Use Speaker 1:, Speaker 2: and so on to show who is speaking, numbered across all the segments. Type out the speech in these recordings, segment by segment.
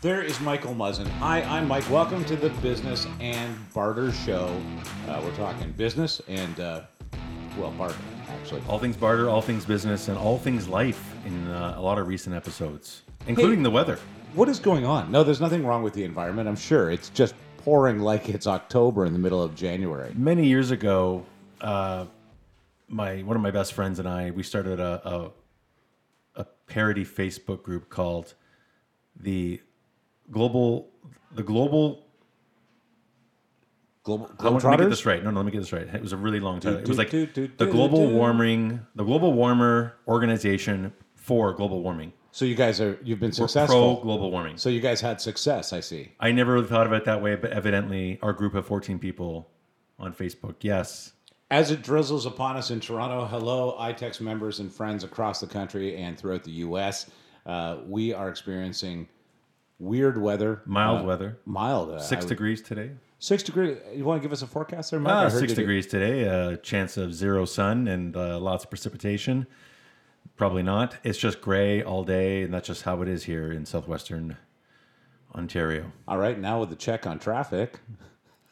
Speaker 1: There is Michael Muzzin. Hi, I'm Mike. Welcome to the Business and Barter Show. Uh, we're talking business and, uh, well, barter, actually.
Speaker 2: All things barter, all things business, and all things life in uh, a lot of recent episodes, including the weather.
Speaker 1: What is going on? No, there's nothing wrong with the environment, I'm sure. It's just pouring like it's October in the middle of January.
Speaker 2: Many years ago, uh, my one of my best friends and I we started a, a a parody Facebook group called the global the global.
Speaker 1: Global,
Speaker 2: I want- Let me get
Speaker 1: Globetrotters?
Speaker 2: this right. No, no, let me get this right. It was a really long title. It was like
Speaker 1: do, do,
Speaker 2: the
Speaker 1: do,
Speaker 2: global
Speaker 1: do.
Speaker 2: warming, the global warmer organization for global warming.
Speaker 1: So you guys are, you've been
Speaker 2: We're
Speaker 1: successful.
Speaker 2: pro global warming.
Speaker 1: so you guys had success, I see.
Speaker 2: I never really thought of it that way, but evidently our group of 14 people on Facebook, yes.
Speaker 1: As it drizzles upon us in Toronto, hello, iTex members and friends across the country and throughout the U.S. Uh, we are experiencing weird weather,
Speaker 2: Mild
Speaker 1: Uh,
Speaker 2: weather.
Speaker 1: mild, uh,
Speaker 2: Six
Speaker 1: I would-
Speaker 2: degrees today.
Speaker 1: Six degrees. You want to give us a forecast there, Mike? I
Speaker 2: Ah,
Speaker 1: heard
Speaker 2: six
Speaker 1: you did-
Speaker 2: degrees today. A chance of zero sun and uh, lots of precipitation. Probably not. It's just gray all day, and that's just how it is here in southwestern Ontario.
Speaker 1: All right, now with the check on traffic,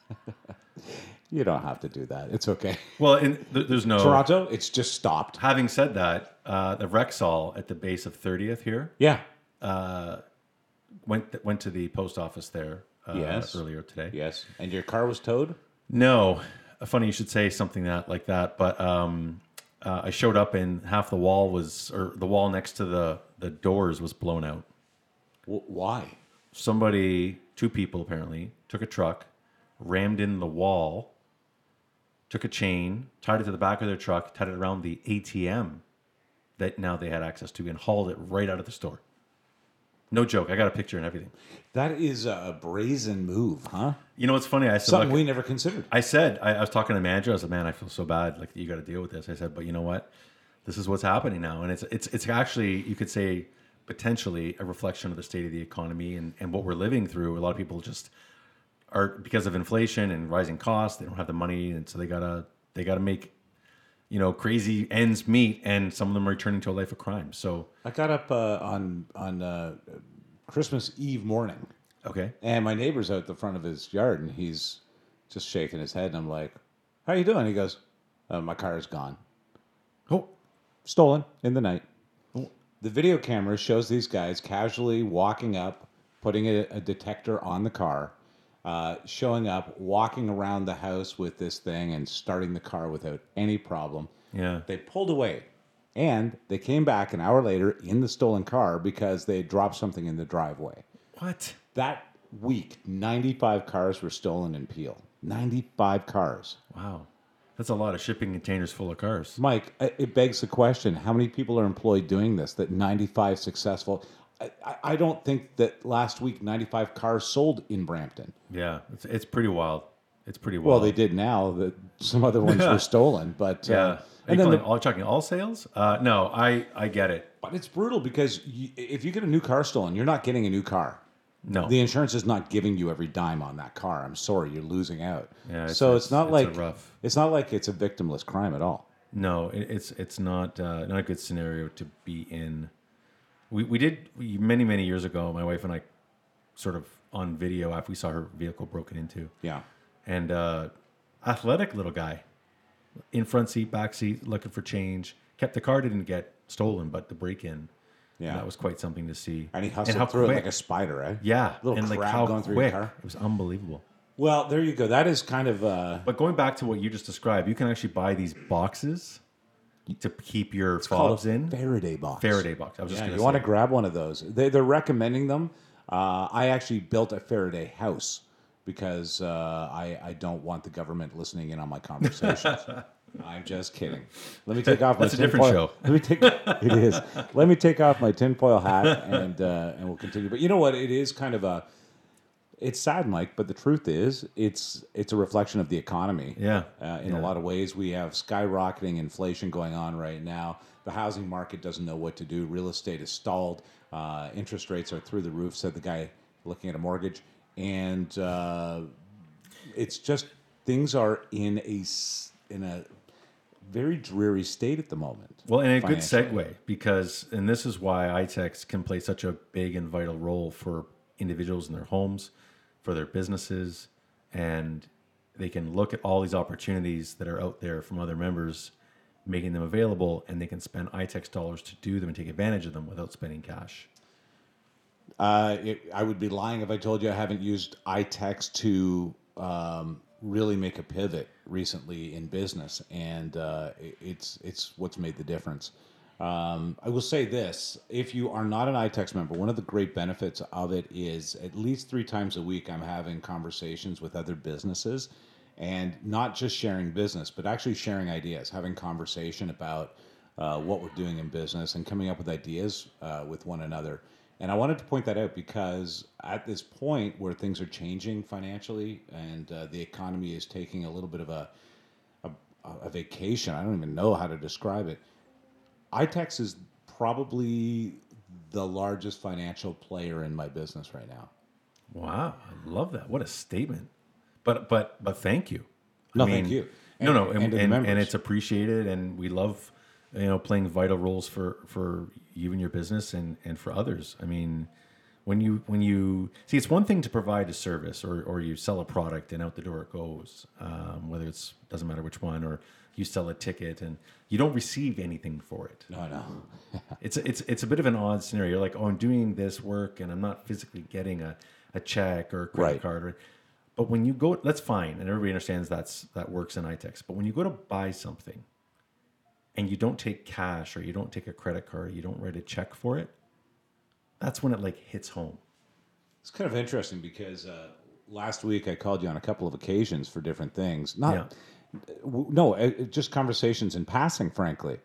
Speaker 1: you don't have to do that. It's okay.
Speaker 2: Well, in, th- there's no.
Speaker 1: Toronto, it's just stopped.
Speaker 2: Having said that, uh, the Rexall at the base of 30th here
Speaker 1: Yeah,
Speaker 2: went went to the post office there uh,
Speaker 1: Yes.
Speaker 2: earlier today.
Speaker 1: yes. And your car was towed.
Speaker 2: No, funny you should say something that like that. But um, uh, I showed up and half the wall was, or the wall next to the the doors was blown out.
Speaker 1: W- why?
Speaker 2: Somebody, two people apparently, took a truck, rammed in the wall, took a chain, tied it to the back of their truck, tied it around the ATM that now they had access to, and hauled it right out of the store. No joke. I got a picture and everything.
Speaker 1: That is a brazen move, huh?
Speaker 2: You know what's funny? I said,
Speaker 1: Something
Speaker 2: "Look,
Speaker 1: we never considered.
Speaker 2: I said, I, I was talking to the manager. I was like, man, I feel so bad. Like you got to deal with this. I said, but you know what? This is what's happening now, and it's it's it's actually you could say potentially a reflection of the state of the economy and and what we're living through. A lot of people just are because of inflation and rising costs. They don't have the money, and so they gotta they gotta make you know crazy ends meet, and some of them are returning to a life of crime. So
Speaker 1: I got up uh, on on uh, Christmas Eve morning,
Speaker 2: okay,
Speaker 1: and my neighbor's out the front of his yard, and he's just shaking his head, and I'm like, "How you doing?" He goes, uh, "My car is gone,
Speaker 2: oh
Speaker 1: stolen in the night." Oh, The video camera shows these guys casually walking up, putting a, a detector on the car, uh, showing up, walking around the house with this thing, and starting the car without any problem.
Speaker 2: yeah,
Speaker 1: They pulled away and they came back an hour later in the stolen car because they had dropped something in the driveway.
Speaker 2: what?
Speaker 1: That week, 95 cars were stolen in Peel. 95 cars.
Speaker 2: Wow, that's a lot of shipping containers full of cars.
Speaker 1: Mike, I- it begs the question how many people are employed doing this? That 95 successful. I, I- I don't think that last week 95 cars sold in Brampton.
Speaker 2: Yeah, it's it's pretty wild. It's pretty wild.
Speaker 1: Well, they did now that some other ones were stolen, but uh,
Speaker 2: Yeah. Are
Speaker 1: and
Speaker 2: you
Speaker 1: then
Speaker 2: calling
Speaker 1: the-
Speaker 2: all talking all sales? Uh, no, I I get it.
Speaker 1: but it's brutal because you, if you get a new car stolen, you're not getting a new car.
Speaker 2: No,
Speaker 1: the insurance is not giving you every dime on that car. I'm sorry, you're losing out.
Speaker 2: Yeah, it's-
Speaker 1: so
Speaker 2: it's-
Speaker 1: it's, not
Speaker 2: it's a
Speaker 1: like
Speaker 2: rough-
Speaker 1: it's not like it's a victimless crime at all.
Speaker 2: no, it, it's it's not uh, not a good scenario to be in. We we did we, many many years ago. My wife and I, sort of on video after we saw her vehicle broken into,
Speaker 1: Yeah.
Speaker 2: and uh, athletic little guy, in front seat, back seat, looking for change. Kept the car didn't get stolen, but the break in.
Speaker 1: Yeah.
Speaker 2: that was quite something to see.
Speaker 1: And he hustled through it like a spider, eh?
Speaker 2: Yeah,
Speaker 1: Little
Speaker 2: and like
Speaker 1: crab
Speaker 2: how
Speaker 1: going through your
Speaker 2: quick
Speaker 1: car.
Speaker 2: it was unbelievable.
Speaker 1: Well, there you go. That is kind of uh
Speaker 2: But going back to what you just described, you can actually buy these boxes to keep your
Speaker 1: called
Speaker 2: fobs
Speaker 1: a
Speaker 2: in.
Speaker 1: Faraday box.
Speaker 2: Faraday box. I was just
Speaker 1: Yeah,
Speaker 2: gonna
Speaker 1: you want to
Speaker 2: say.
Speaker 1: grab one of those. They, they're recommending them. Uh, I actually built a Faraday house because uh, I, I don't want the government listening in on my conversations. I'm just kidding. Let me take off my
Speaker 2: That's a different
Speaker 1: tinfoil-
Speaker 2: show.
Speaker 1: Let me take it is. Let me take off my tinfoil hat and uh, and we'll continue. But you know what? It is kind of a it's sad, Mike, but the truth is, it's it's a reflection of the economy.
Speaker 2: Yeah.
Speaker 1: uh, in a lot of ways, we have skyrocketing inflation going on right now. The housing market doesn't know what to do. Real estate is stalled. Uh, interest rates are through the roof," said the guy looking at a mortgage. And uh, it's just things are in a s- in a very dreary state at the moment.
Speaker 2: Well, and a good
Speaker 1: financially.
Speaker 2: E segue because, and this is why iTex can play such a big and vital role for individuals in their homes, for their businesses, and they can look at all these opportunities that are out there from other members, making them available, and they can spend iTex dollars to do them and take advantage of them without spending cash.
Speaker 1: Uh, it, I would be lying if I told you I haven't used iText to um, really make a pivot recently in business, and uh, it- it's it's what's made the difference. Um, I will say this: if you are not an iText member, one of the great benefits of it is at least three times a week I'm having conversations with other businesses, and not just sharing business, but actually sharing ideas, having conversation about uh, what we're doing in business and coming up with ideas uh, with one another. And I wanted to point that out because at this point where things are changing financially and uh, the economy is taking a little bit of a, a, a vacation, I don't even know how to describe it. ITEX is probably the largest financial player in my business right now.
Speaker 2: Wow, I love that. What a statement. But but but thank you.
Speaker 1: No, thank you.
Speaker 2: no,
Speaker 1: And-
Speaker 2: no, and
Speaker 1: and
Speaker 2: and,
Speaker 1: to the
Speaker 2: and,
Speaker 1: members.
Speaker 2: it's appreciated and we love you know playing vital roles for for you and your business and and for others. I mean, when you when you see it's one thing to provide a service or or you sell a product and out the door it goes. Um, whether it's doesn't matter which one or you sell a ticket and you don't receive anything for it
Speaker 1: No, no.
Speaker 2: it's it's it's a bit of an odd scenario. You're like, oh, I'm doing this work and I'm not physically getting a, a check or a credit
Speaker 1: Right.
Speaker 2: card. Or, but when you go, that's fine, and everybody understands that's that works in iTex. But when you go to buy something, and you don't take cash or you don't take a credit card, you don't write a check for it, that's when it like hits home.
Speaker 1: It's kind of interesting because uh, last week I called you on a couple of occasions for different things. Not
Speaker 2: Yeah.
Speaker 1: w- no, uh, uh, just conversations in passing, frankly.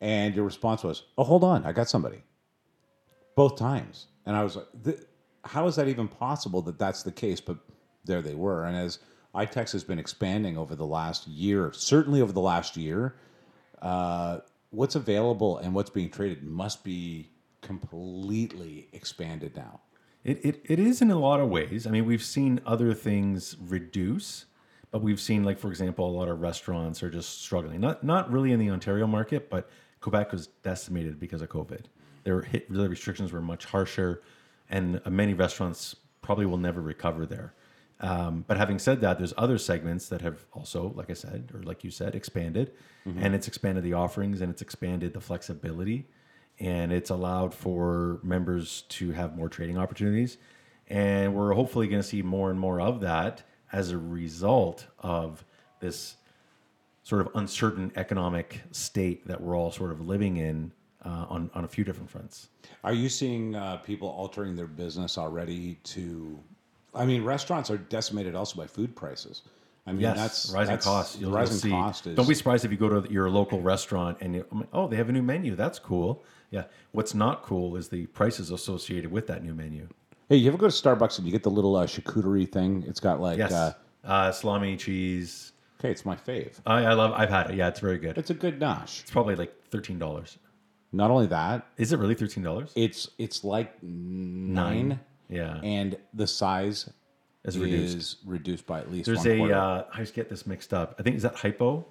Speaker 1: And your response was, "Oh, hold on, I got somebody." Both times, and I was like, "Th- "How is that even possible that that's the case?" But there they were. And as iTex has been expanding over the last year, certainly over the last year, uh, what's available and what's being traded must be completely expanded now.
Speaker 2: It, it, it is in a lot of ways. I mean, we've seen other things reduce, but we've seen, like, for example, a lot of restaurants are just struggling. Not, not really in the Ontario market, but Quebec was decimated because of COVID. They were hit, the restrictions were much harsher, and uh, many restaurants probably will never recover there. Um, but having said that, there's other segments that have also, like I said, or like you said, expanded, and it's expanded the offerings and it's expanded the flexibility, and it's allowed for members to have more trading opportunities, and we're hopefully going to see more and more of that as a result of this sort of uncertain economic state that we're all sort of living in uh, on on a few different fronts.
Speaker 1: Are you seeing uh, people altering their business already to? I mean, restaurants are decimated also by food prices. I mean,
Speaker 2: Yes,
Speaker 1: that's
Speaker 2: rising
Speaker 1: that's,
Speaker 2: costs. You'll, you'll
Speaker 1: rising
Speaker 2: see.
Speaker 1: cost is.
Speaker 2: Don't be surprised if you go to your local restaurant and you, I'm like, oh, they have a new menu. That's cool. Yeah. What's not cool is the prices associated with that new menu.
Speaker 1: hey, you ever go to Starbucks and you get the little uh, charcuterie thing? It's got like
Speaker 2: Yes.
Speaker 1: uh,
Speaker 2: uh, salami, cheese.
Speaker 1: okay, it's my fave.
Speaker 2: I, I love. I've had it. Oh, Yeah, it's very good.
Speaker 1: It's
Speaker 2: It's
Speaker 1: a good nosh.
Speaker 2: probably like thirteen dollars.
Speaker 1: Not only that,
Speaker 2: Is it really thirteen dollars?
Speaker 1: it's it's like nine,
Speaker 2: Yeah.
Speaker 1: and the size
Speaker 2: It's
Speaker 1: is
Speaker 2: reduced.
Speaker 1: reduced. by at least
Speaker 2: There's
Speaker 1: one
Speaker 2: a.
Speaker 1: quarter.
Speaker 2: Uh, I just get this mixed up. I think is that hypo.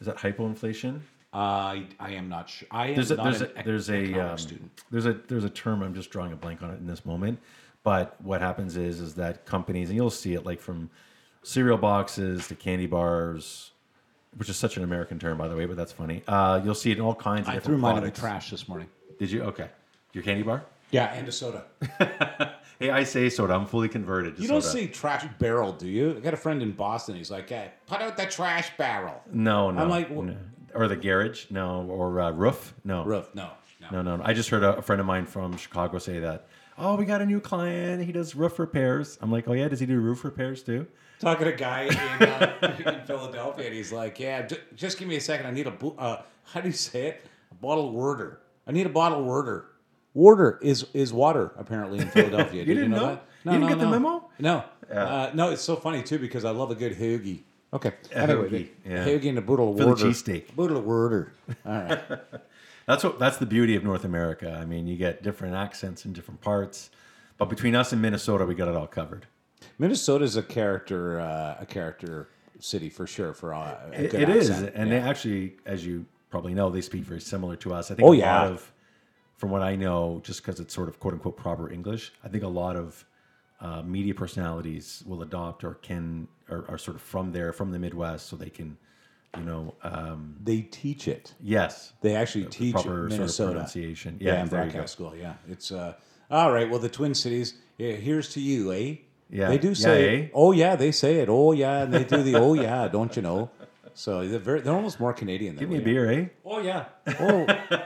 Speaker 2: Is that hypoinflation?
Speaker 1: I I am not sure. I am
Speaker 2: uh, there's a
Speaker 1: not
Speaker 2: there's
Speaker 1: an
Speaker 2: a, there's a
Speaker 1: economic
Speaker 2: um,
Speaker 1: student.
Speaker 2: there's a there's a term I'm just drawing a blank on it in this moment, but what happens is is that companies and you'll see it like from cereal boxes to candy bars, which is such an American term by the way, but that's funny. Uh, you'll see it in all kinds of
Speaker 1: I
Speaker 2: different
Speaker 1: threw mine in the
Speaker 2: products.
Speaker 1: trash this morning.
Speaker 2: Did you? Okay, your candy bar.
Speaker 1: Yeah, and a soda.
Speaker 2: Hey, I say soda. I'm fully converted. To
Speaker 1: You don't
Speaker 2: soda.
Speaker 1: see trash barrel, do you? I got a friend in Boston. He's like, hey, put out the trash barrel.
Speaker 2: No, no.
Speaker 1: I'm like, wh-
Speaker 2: no. or the garage? No, or uh, roof? No,
Speaker 1: Roof, no. no.
Speaker 2: No, no, no. I just heard a, a friend of mine from Chicago say that. Oh, we got a new client. He does roof repairs. I'm like, oh yeah, does he do roof repairs too?
Speaker 1: Talking to a guy in, uh, in Philadelphia, and he's like, yeah, j- just give me a second. I need a, bo- uh, how do you say it? A bottle worder. I need a bottle worder. Warder is is water apparently in Philadelphia. you Did
Speaker 2: didn't
Speaker 1: you know,
Speaker 2: know?
Speaker 1: that?
Speaker 2: You didn't get the memo?
Speaker 1: No, uh, no. It's so funny too because I love a good hoagie. Okay, anyway,
Speaker 2: hoagie, yeah.
Speaker 1: hoagie and a boodle of
Speaker 2: Philly
Speaker 1: water.
Speaker 2: cheesesteak.
Speaker 1: Boodle of water. All right.
Speaker 2: That's what. That's the beauty of North America. I mean, you get different accents in different parts, but between us and Minnesota, we got it all covered.
Speaker 1: Minnesota's a character, uh, a character city for sure. For uh, a
Speaker 2: It-
Speaker 1: good
Speaker 2: it is,
Speaker 1: accent.
Speaker 2: and
Speaker 1: Yeah.
Speaker 2: they actually, as you probably know, they speak very similar to us. I think
Speaker 1: Oh,
Speaker 2: a
Speaker 1: yeah.
Speaker 2: lot of from what I know, just because it's sort of quote unquote proper English, I think a lot of uh, media personalities will adopt or can are, are sort of from there, from the Midwest, so they can, you know, um,
Speaker 1: They teach it.
Speaker 2: yes,
Speaker 1: They actually teach
Speaker 2: proper sort of
Speaker 1: Minnesota.
Speaker 2: pronunciation.
Speaker 1: yeah,
Speaker 2: Yeah,
Speaker 1: in
Speaker 2: there you go.
Speaker 1: broadcast school. Yeah, it's uh, all right. Well, the Twin Cities. Yeah, here's to you, eh?
Speaker 2: Yeah.
Speaker 1: they do
Speaker 2: Yeah,
Speaker 1: say.
Speaker 2: eh?
Speaker 1: Oh yeah, they say it. Oh yeah, and they do the oh yeah, don't you know? So they're very, they're almost more Canadian than
Speaker 2: Give me a
Speaker 1: we are.
Speaker 2: beer, eh?
Speaker 1: Oh yeah. Oh,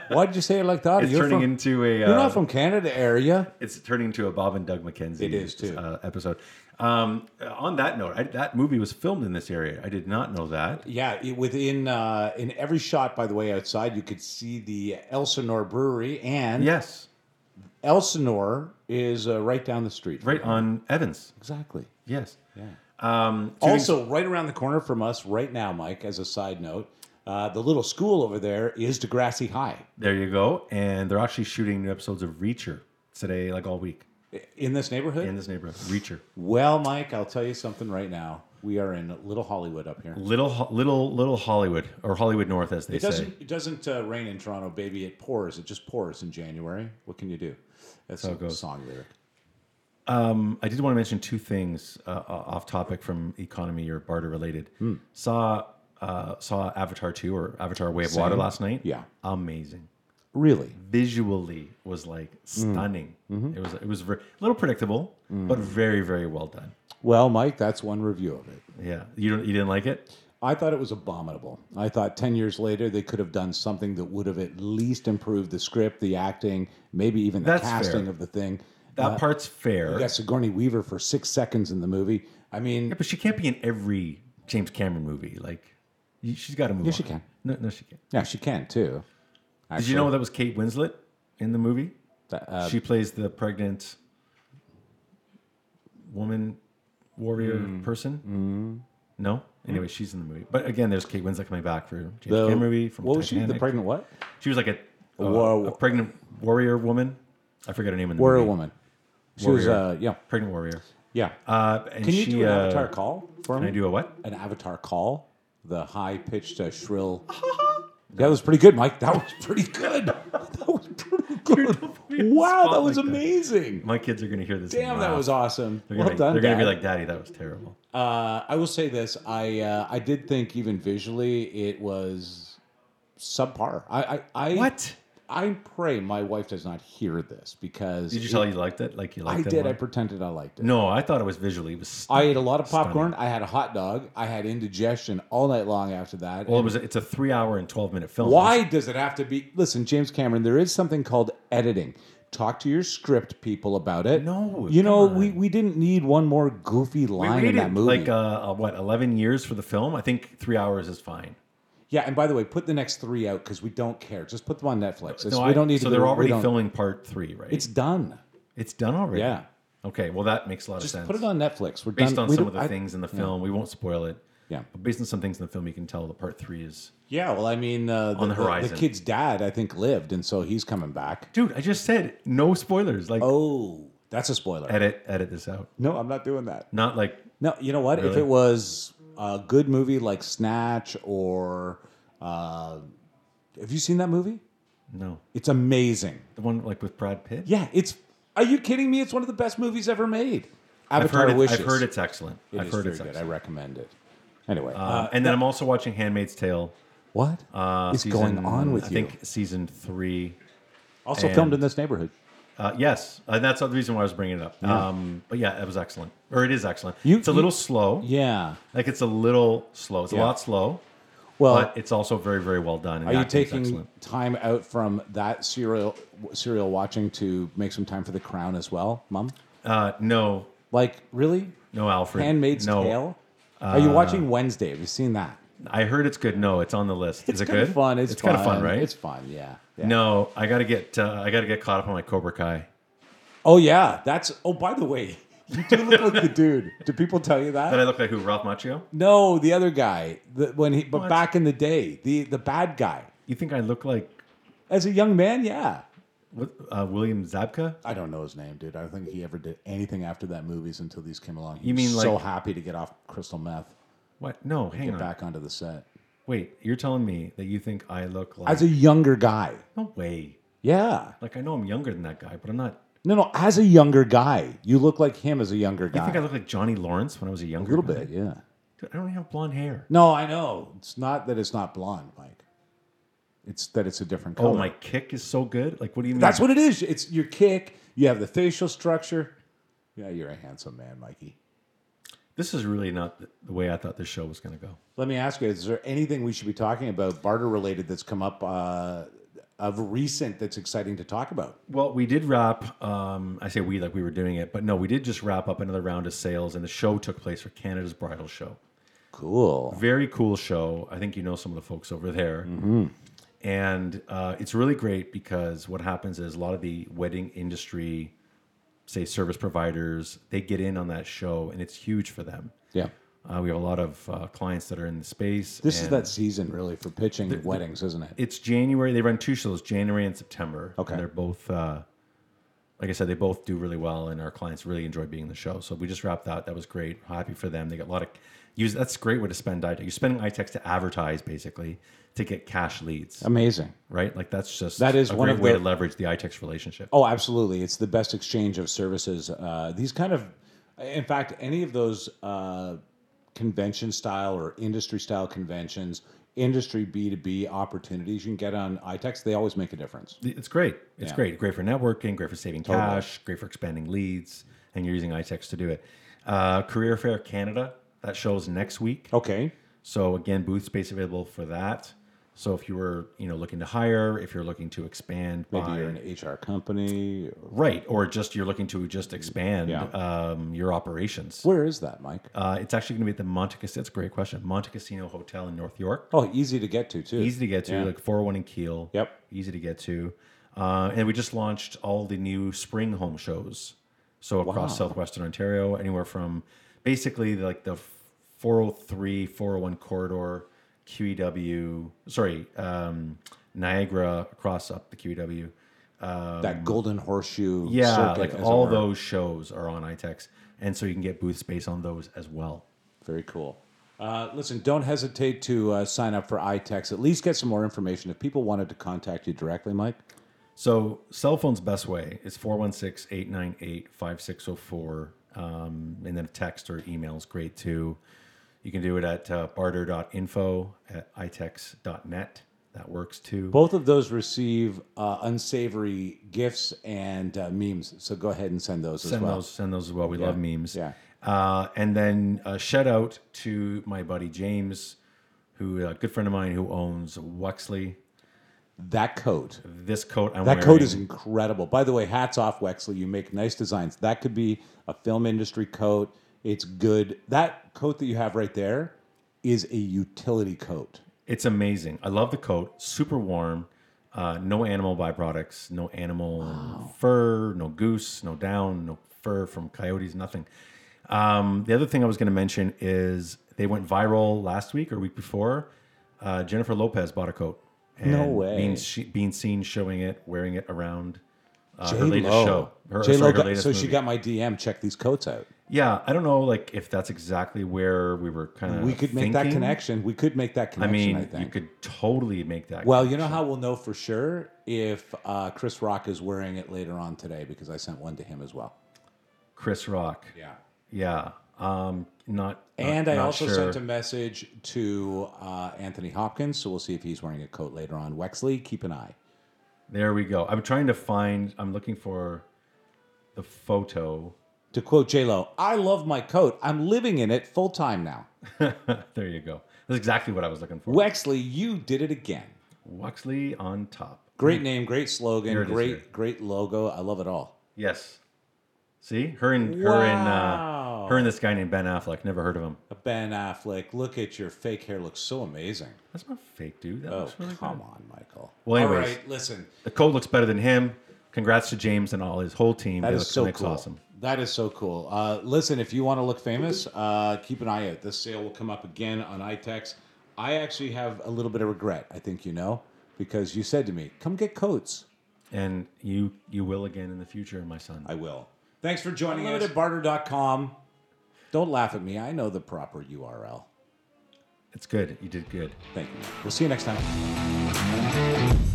Speaker 1: why did you say it like that?
Speaker 2: It's
Speaker 1: you're
Speaker 2: turning
Speaker 1: from,
Speaker 2: into a. Uh,
Speaker 1: You're not from Canada area.
Speaker 2: it's turning into a Bob and Doug McKenzie.
Speaker 1: It is, too.
Speaker 2: Uh, episode. Um, on that note, I, that movie was filmed in this area. I did not know that.
Speaker 1: Yeah, it, within uh, in every shot, by the way, outside you could see the Elsinore Brewery, and
Speaker 2: Yes,
Speaker 1: Elsinore is uh, right down the street.
Speaker 2: right on Evans.
Speaker 1: Exactly.
Speaker 2: Yes.
Speaker 1: Yeah.
Speaker 2: Um, two things-
Speaker 1: Also, right around the corner from us right now, Mike, as a side note, uh, the little school over there is Degrassi High.
Speaker 2: there you go. And they're actually shooting new episodes of Reacher today, like all week
Speaker 1: In this neighborhood?
Speaker 2: in this neighborhood. Reacher,
Speaker 1: well, Mike, I'll tell you something right now. We are in Little Hollywood up here.
Speaker 2: little, Ho- little, little Hollywood or Hollywood North, as they
Speaker 1: It
Speaker 2: say.
Speaker 1: doesn't, it doesn't uh, rain in Toronto, baby. It pours. It just pours in January. What can you do? That's a
Speaker 2: goes.
Speaker 1: song lyric.
Speaker 2: I did want to mention two things uh, uh, off topic from economy or barter related.
Speaker 1: Hmm.
Speaker 2: Saw uh, saw Avatar two or Avatar Way of Water last night.
Speaker 1: Yeah.
Speaker 2: amazing.
Speaker 1: Really?
Speaker 2: Visually was like
Speaker 1: Hmm.
Speaker 2: stunning.
Speaker 1: Mm-hmm.
Speaker 2: It was it was ver- a little predictable,
Speaker 1: Hmm.
Speaker 2: but very very well done.
Speaker 1: Well, Mike, that's one review of it.
Speaker 2: Yeah, you don't you didn't like it?
Speaker 1: I thought it was abominable. I thought 10 years later they could have done something that would have at least improved the script, the acting, maybe even the
Speaker 2: That's
Speaker 1: casting
Speaker 2: fair.
Speaker 1: of the thing.
Speaker 2: That
Speaker 1: Uh,
Speaker 2: part's fair.
Speaker 1: You got Sigourney Weaver for six seconds in the movie. I mean,
Speaker 2: Yeah, but she can't be in every James Cameron movie. Like you- she's got to move.
Speaker 1: Yeah,
Speaker 2: on.
Speaker 1: she can.
Speaker 2: No, no, she can't.
Speaker 1: yeah, she can too.
Speaker 2: Did you know that was Kate Winslet in the movie?
Speaker 1: That, uh,
Speaker 2: she plays the pregnant woman warrior
Speaker 1: Hmm.
Speaker 2: person. No, anyway, she's in the movie. But again, there's Kate Winslet coming back for James
Speaker 1: the-
Speaker 2: Cameron movie from
Speaker 1: what was she?
Speaker 2: Titanic.
Speaker 1: The pregnant what?
Speaker 2: She was like a, uh,
Speaker 1: Whoa.
Speaker 2: a pregnant warrior woman. I forget her name in the
Speaker 1: Warrior
Speaker 2: movie.
Speaker 1: woman. She was,
Speaker 2: Warrior.
Speaker 1: uh, yeah,
Speaker 2: Pregnant warrior.
Speaker 1: yeah.
Speaker 2: Uh, and
Speaker 1: can you
Speaker 2: she,
Speaker 1: do an
Speaker 2: uh,
Speaker 1: avatar call for
Speaker 2: Can
Speaker 1: me?
Speaker 2: I do a what?
Speaker 1: an avatar call? The high pitched, uh, shrill. That was pretty good, Mike. That was pretty good. That was pretty good.
Speaker 2: me on the
Speaker 1: Wow, that
Speaker 2: spot
Speaker 1: was
Speaker 2: like that.
Speaker 1: amazing.
Speaker 2: My kids are gonna hear this. and
Speaker 1: Damn, that
Speaker 2: laugh.
Speaker 1: was awesome.
Speaker 2: They're
Speaker 1: Well
Speaker 2: gonna, be-
Speaker 1: done,
Speaker 2: They're gonna be
Speaker 1: Dad.
Speaker 2: like, "Daddy, that was terrible."
Speaker 1: Uh, I will say this: I uh, I did think even visually it was subpar. I I, I
Speaker 2: What?
Speaker 1: I pray my wife does not hear this because
Speaker 2: Did you tell you liked it? Like you liked
Speaker 1: I
Speaker 2: it?
Speaker 1: did.
Speaker 2: a
Speaker 1: I
Speaker 2: lot?
Speaker 1: pretended I liked it.
Speaker 2: no, I thought it was visually. It was.
Speaker 1: I ate a lot of popcorn. I had a hot dog. I had indigestion all night long after that.
Speaker 2: well, it was. It's a three-hour and twelve-minute film.
Speaker 1: Why does it have to be? Listen, James Cameron, there is something called editing. Talk to your script people about it.
Speaker 2: No,
Speaker 1: you
Speaker 2: come
Speaker 1: know we, we didn't need one more goofy line in that movie.
Speaker 2: like uh, uh, what eleven years for the film. I think three hours is fine.
Speaker 1: yeah, and by the way, put the next three out because we don't care. Just put them on Netflix. It's-
Speaker 2: No,
Speaker 1: we
Speaker 2: I-
Speaker 1: don't need.
Speaker 2: So
Speaker 1: to
Speaker 2: they're
Speaker 1: go- we
Speaker 2: already
Speaker 1: don't-
Speaker 2: filming part three, right?
Speaker 1: It's done.
Speaker 2: it's done already.
Speaker 1: Yeah.
Speaker 2: Okay. Well, that makes a lot
Speaker 1: Just
Speaker 2: of sense.
Speaker 1: put it on Netflix. We're
Speaker 2: based
Speaker 1: done.
Speaker 2: on
Speaker 1: we
Speaker 2: some
Speaker 1: don't-
Speaker 2: of the
Speaker 1: I-
Speaker 2: things in the film, we won't spoil it.
Speaker 1: Yeah.
Speaker 2: But based on some things in the film, you can tell the part three is.
Speaker 1: Yeah. Well, I mean, uh,
Speaker 2: On the
Speaker 1: the
Speaker 2: horizon.
Speaker 1: kid's dad, I think, lived, and so he's coming back.
Speaker 2: Dude, I just said no spoilers. Like
Speaker 1: Oh, that's a spoiler.
Speaker 2: edit, edit this out.
Speaker 1: no, I'm not doing that.
Speaker 2: Not like
Speaker 1: No, you know what? If
Speaker 2: Really?
Speaker 1: it was a good movie like Snatch or uh, have you seen that movie?
Speaker 2: no
Speaker 1: It's amazing.
Speaker 2: the one like with Brad Pitt.
Speaker 1: Yeah, it's. Are you kidding me? It's one of the best movies ever made.
Speaker 2: I've
Speaker 1: Avatar
Speaker 2: heard, it,
Speaker 1: Wishes.
Speaker 2: I've heard it's excellent.
Speaker 1: It
Speaker 2: I've
Speaker 1: is
Speaker 2: heard
Speaker 1: very
Speaker 2: it's
Speaker 1: good. I
Speaker 2: excellent.
Speaker 1: recommend it. Anyway,
Speaker 2: Uh,
Speaker 1: uh,
Speaker 2: and then I'm also watching *Handmaid's Tale*.
Speaker 1: what is
Speaker 2: Uh,
Speaker 1: going
Speaker 2: season-
Speaker 1: on with
Speaker 2: I
Speaker 1: you?
Speaker 2: think season three.
Speaker 1: also
Speaker 2: and-
Speaker 1: filmed in this neighborhood.
Speaker 2: Uh, yes, and that's the reason why I was bringing it up. Um, but yeah, it was excellent, or it is excellent.
Speaker 1: You-
Speaker 2: it's a
Speaker 1: you-
Speaker 2: little slow.
Speaker 1: Yeah.
Speaker 2: Like it's a little slow. It's
Speaker 1: Yeah.
Speaker 2: a lot slow,
Speaker 1: Well,
Speaker 2: but it's also very, very well done. and
Speaker 1: Are
Speaker 2: the
Speaker 1: you
Speaker 2: acting is
Speaker 1: taking
Speaker 2: excellent.
Speaker 1: time out from that serial serial watching to make some time for The Crown as well, Mom?
Speaker 2: Uh, no,
Speaker 1: Like really?
Speaker 2: no, Alfred.
Speaker 1: Handmaid's
Speaker 2: no. Uh,
Speaker 1: Tale. Are you watching Wednesday? Have you seen that?
Speaker 2: I heard it's good. No, it's on the list. is it
Speaker 1: kinda
Speaker 2: good?
Speaker 1: fun. It's,
Speaker 2: kind of fun, right?
Speaker 1: It's fun. Yeah. yeah.
Speaker 2: no, I gotta get. Uh, I gotta get caught up on my Cobra Kai.
Speaker 1: Oh yeah. That's. Oh, by the way, you do look like the dude. Do people tell you that?
Speaker 2: That I look like who? Ralph Macchio.
Speaker 1: no, the other guy. The, when he, but
Speaker 2: What?
Speaker 1: back in the day, the the bad guy.
Speaker 2: You think I look like
Speaker 1: As a young man, yeah.
Speaker 2: what, uh, William Zabka?
Speaker 1: I don't know his name, dude. I don't think he ever did anything after that movies until these came along. He
Speaker 2: You
Speaker 1: was
Speaker 2: mean,
Speaker 1: so
Speaker 2: like-
Speaker 1: happy to get off crystal meth,
Speaker 2: What? No, hang
Speaker 1: get
Speaker 2: on.
Speaker 1: back onto the set
Speaker 2: Wait, you're telling me that you think I look like?
Speaker 1: as a younger guy.
Speaker 2: no way.
Speaker 1: Yeah.
Speaker 2: Like I know I'm younger than that guy, but I'm not.
Speaker 1: No, no. As a younger guy, you look like him as a younger
Speaker 2: You
Speaker 1: guy.
Speaker 2: think I look like Johnny Lawrence when I was a
Speaker 1: a
Speaker 2: younger?
Speaker 1: little
Speaker 2: guy?
Speaker 1: bit, yeah.
Speaker 2: Dude, I don't even have blonde hair.
Speaker 1: No, I know. It's not that it's not blonde, Mike. It's that it's a different color.
Speaker 2: Oh, my kick is so good. Like, what do you mean?
Speaker 1: That's what it is. It's your kick. You have the facial structure. Yeah, you're a handsome man, Mikey.
Speaker 2: this is really not the- the way I thought this show was going to go.
Speaker 1: Let me ask you: Is there anything we should be talking about barter related that's come up uh, of recent that's exciting to talk about?
Speaker 2: Well, we did wrap. Um, I say we like we were doing it, but no, we did just wrap up another round of sales, and the show took place for Canada's Bridal Show.
Speaker 1: Cool.
Speaker 2: Very cool show. I think you know some of the folks over there,
Speaker 1: Mm-hmm.
Speaker 2: and uh, it's really great because what happens is a lot of the wedding industry, say service providers, they get in on that show, and it's huge for them.
Speaker 1: Yeah,
Speaker 2: Uh, we have a lot of uh, clients that are in the space.
Speaker 1: this is
Speaker 2: and-
Speaker 1: that season really for pitching weddings, isn't it?
Speaker 2: it's January. They run two shows, January and September.
Speaker 1: Okay.
Speaker 2: And they're both, uh, like I said, they both do really well, and our clients really enjoy being in the show. So we just wrapped that. That was great. Happy for them. They got a lot of use. That's a great way to spend iTech. You're spending iTech to advertise basically to get cash leads,
Speaker 1: Amazing.
Speaker 2: right? Like that's just
Speaker 1: That is
Speaker 2: a
Speaker 1: one
Speaker 2: great
Speaker 1: of
Speaker 2: way
Speaker 1: the-
Speaker 2: to leverage the iTech's relationship.
Speaker 1: Oh, absolutely. It's the best exchange of services. Uh, these kind of, in fact, any of those uh, convention style or industry style conventions, industry B2B opportunities you can get on iText, they always make a difference.
Speaker 2: It's great. It's
Speaker 1: Yeah.
Speaker 2: great. Great for networking. Great for saving cash. Great for expanding leads, and you're using iTech to do it. Uh, Career Fair Canada. That show's next week.
Speaker 1: Okay.
Speaker 2: So again, booth space available for that. So if you were, you know, looking to hire, if you're looking to expand,
Speaker 1: Maybe
Speaker 2: by-
Speaker 1: you're an HR company.
Speaker 2: right, or just you're looking to just expand
Speaker 1: Yeah.
Speaker 2: um, your operations.
Speaker 1: Where is that, Mike?
Speaker 2: Uh, it's actually going to be at the Monte Cassino. That's a great question. Monte Cassino Hotel in North York.
Speaker 1: Oh, easy to get to, too.
Speaker 2: Easy to get to, like 401 in Kiel.
Speaker 1: Yep.
Speaker 2: Easy to get to. Uh, and we just launched all the new spring home shows. So across southwestern Ontario, anywhere from basically like the 403, 401 corridor, QEW, sorry, um, Niagara across up the QEW.
Speaker 1: that golden horseshoe.
Speaker 2: Uh, Yeah,
Speaker 1: circuit,
Speaker 2: like
Speaker 1: as it
Speaker 2: all
Speaker 1: were.
Speaker 2: those shows are on iTex. And so you can get booth space on those as well.
Speaker 1: Very cool. Uh, listen, don't hesitate to uh, sign up for iText. At least get some more information. If people wanted to contact you directly, Mike,
Speaker 2: So cell phone's best way is 416-898-5604. Um, and then text or email is great too. You can do it at uh, barter.info at itex.net. That works too.
Speaker 1: Both of those receive uh, unsavory gifts and uh, memes. So go ahead and send those as
Speaker 2: send
Speaker 1: well.
Speaker 2: those send those as well. We love memes.
Speaker 1: yeah.
Speaker 2: Uh, and then uh, shout out to my buddy James, who a good friend of mine who owns Wexley.
Speaker 1: That coat.
Speaker 2: This coat I'm
Speaker 1: That
Speaker 2: wearing.
Speaker 1: coat is incredible. By the way, hats off, Wexley. You make nice designs. That could be a film industry coat. It's good. That coat that you have right there is a utility coat.
Speaker 2: It's amazing. I love the coat. Super warm. Uh, no animal byproducts. No animal fur. No goose. No down. No fur from coyotes. Nothing. Um, the other thing I was going to mention is they went viral last week or week before. Uh, Jennifer Lopez bought a coat. And
Speaker 1: No way.
Speaker 2: Being, she, being seen showing it, wearing it around uh, her
Speaker 1: J-Lo.
Speaker 2: latest show. Her,
Speaker 1: J-Lo
Speaker 2: sorry, her
Speaker 1: got-
Speaker 2: latest
Speaker 1: so she
Speaker 2: movie.
Speaker 1: got my DM. Check these coats out.
Speaker 2: Yeah, I don't know, like if that's exactly where we were kind of.
Speaker 1: We could make that
Speaker 2: Uh, thinking.
Speaker 1: connection. We could make that
Speaker 2: I
Speaker 1: connection.
Speaker 2: mean,
Speaker 1: I think.
Speaker 2: you could totally make that.
Speaker 1: Well, you know how we'll know for sure if uh, Chris Rock is wearing it later on today because I sent one to him as well.
Speaker 2: Chris Rock.
Speaker 1: Yeah.
Speaker 2: Yeah. Um, not.
Speaker 1: And
Speaker 2: not-
Speaker 1: I
Speaker 2: not
Speaker 1: also
Speaker 2: sure.
Speaker 1: sent a message to uh, Anthony Hopkins, so we'll see if he's wearing a coat later on. Wexley, keep an eye.
Speaker 2: There we go. I'm trying to find. I'm looking for the photo.
Speaker 1: To quote J Lo, "I love my coat. I'm living in it full time now."
Speaker 2: there you go. That's exactly what I was looking for.
Speaker 1: Wexley, you did it again.
Speaker 2: Wexley on top.
Speaker 1: Great name, great
Speaker 2: Mm. Here
Speaker 1: slogan,
Speaker 2: it is here.
Speaker 1: great great logo. I love it all.
Speaker 2: Yes. See her and her and uh,
Speaker 1: Wow.
Speaker 2: her and this guy named Ben Affleck. Never heard of him.
Speaker 1: Ben Affleck, look at your fake hair. Looks so amazing.
Speaker 2: That's not fake, dude. That
Speaker 1: Oh,
Speaker 2: looks really
Speaker 1: come
Speaker 2: good.
Speaker 1: on, Michael.
Speaker 2: Well,
Speaker 1: all
Speaker 2: anyways.
Speaker 1: right, listen.
Speaker 2: The coat looks better than him. Congrats to James and all his whole team.
Speaker 1: That
Speaker 2: They
Speaker 1: is
Speaker 2: look-
Speaker 1: so
Speaker 2: looks
Speaker 1: cool.
Speaker 2: awesome.
Speaker 1: That is so cool. Uh, listen, if you want to look famous, uh, keep an eye out. This sale will come up again on iTex. I actually have a little bit of regret. I think you know because you said to me, "Come get coats."
Speaker 2: And you you will again in the future, my son.
Speaker 1: I will. Thanks for joining us. Barter.com. Don't laugh at me. I know the proper URL.
Speaker 2: It's good. You did good.
Speaker 1: Thank you. We'll see you next time.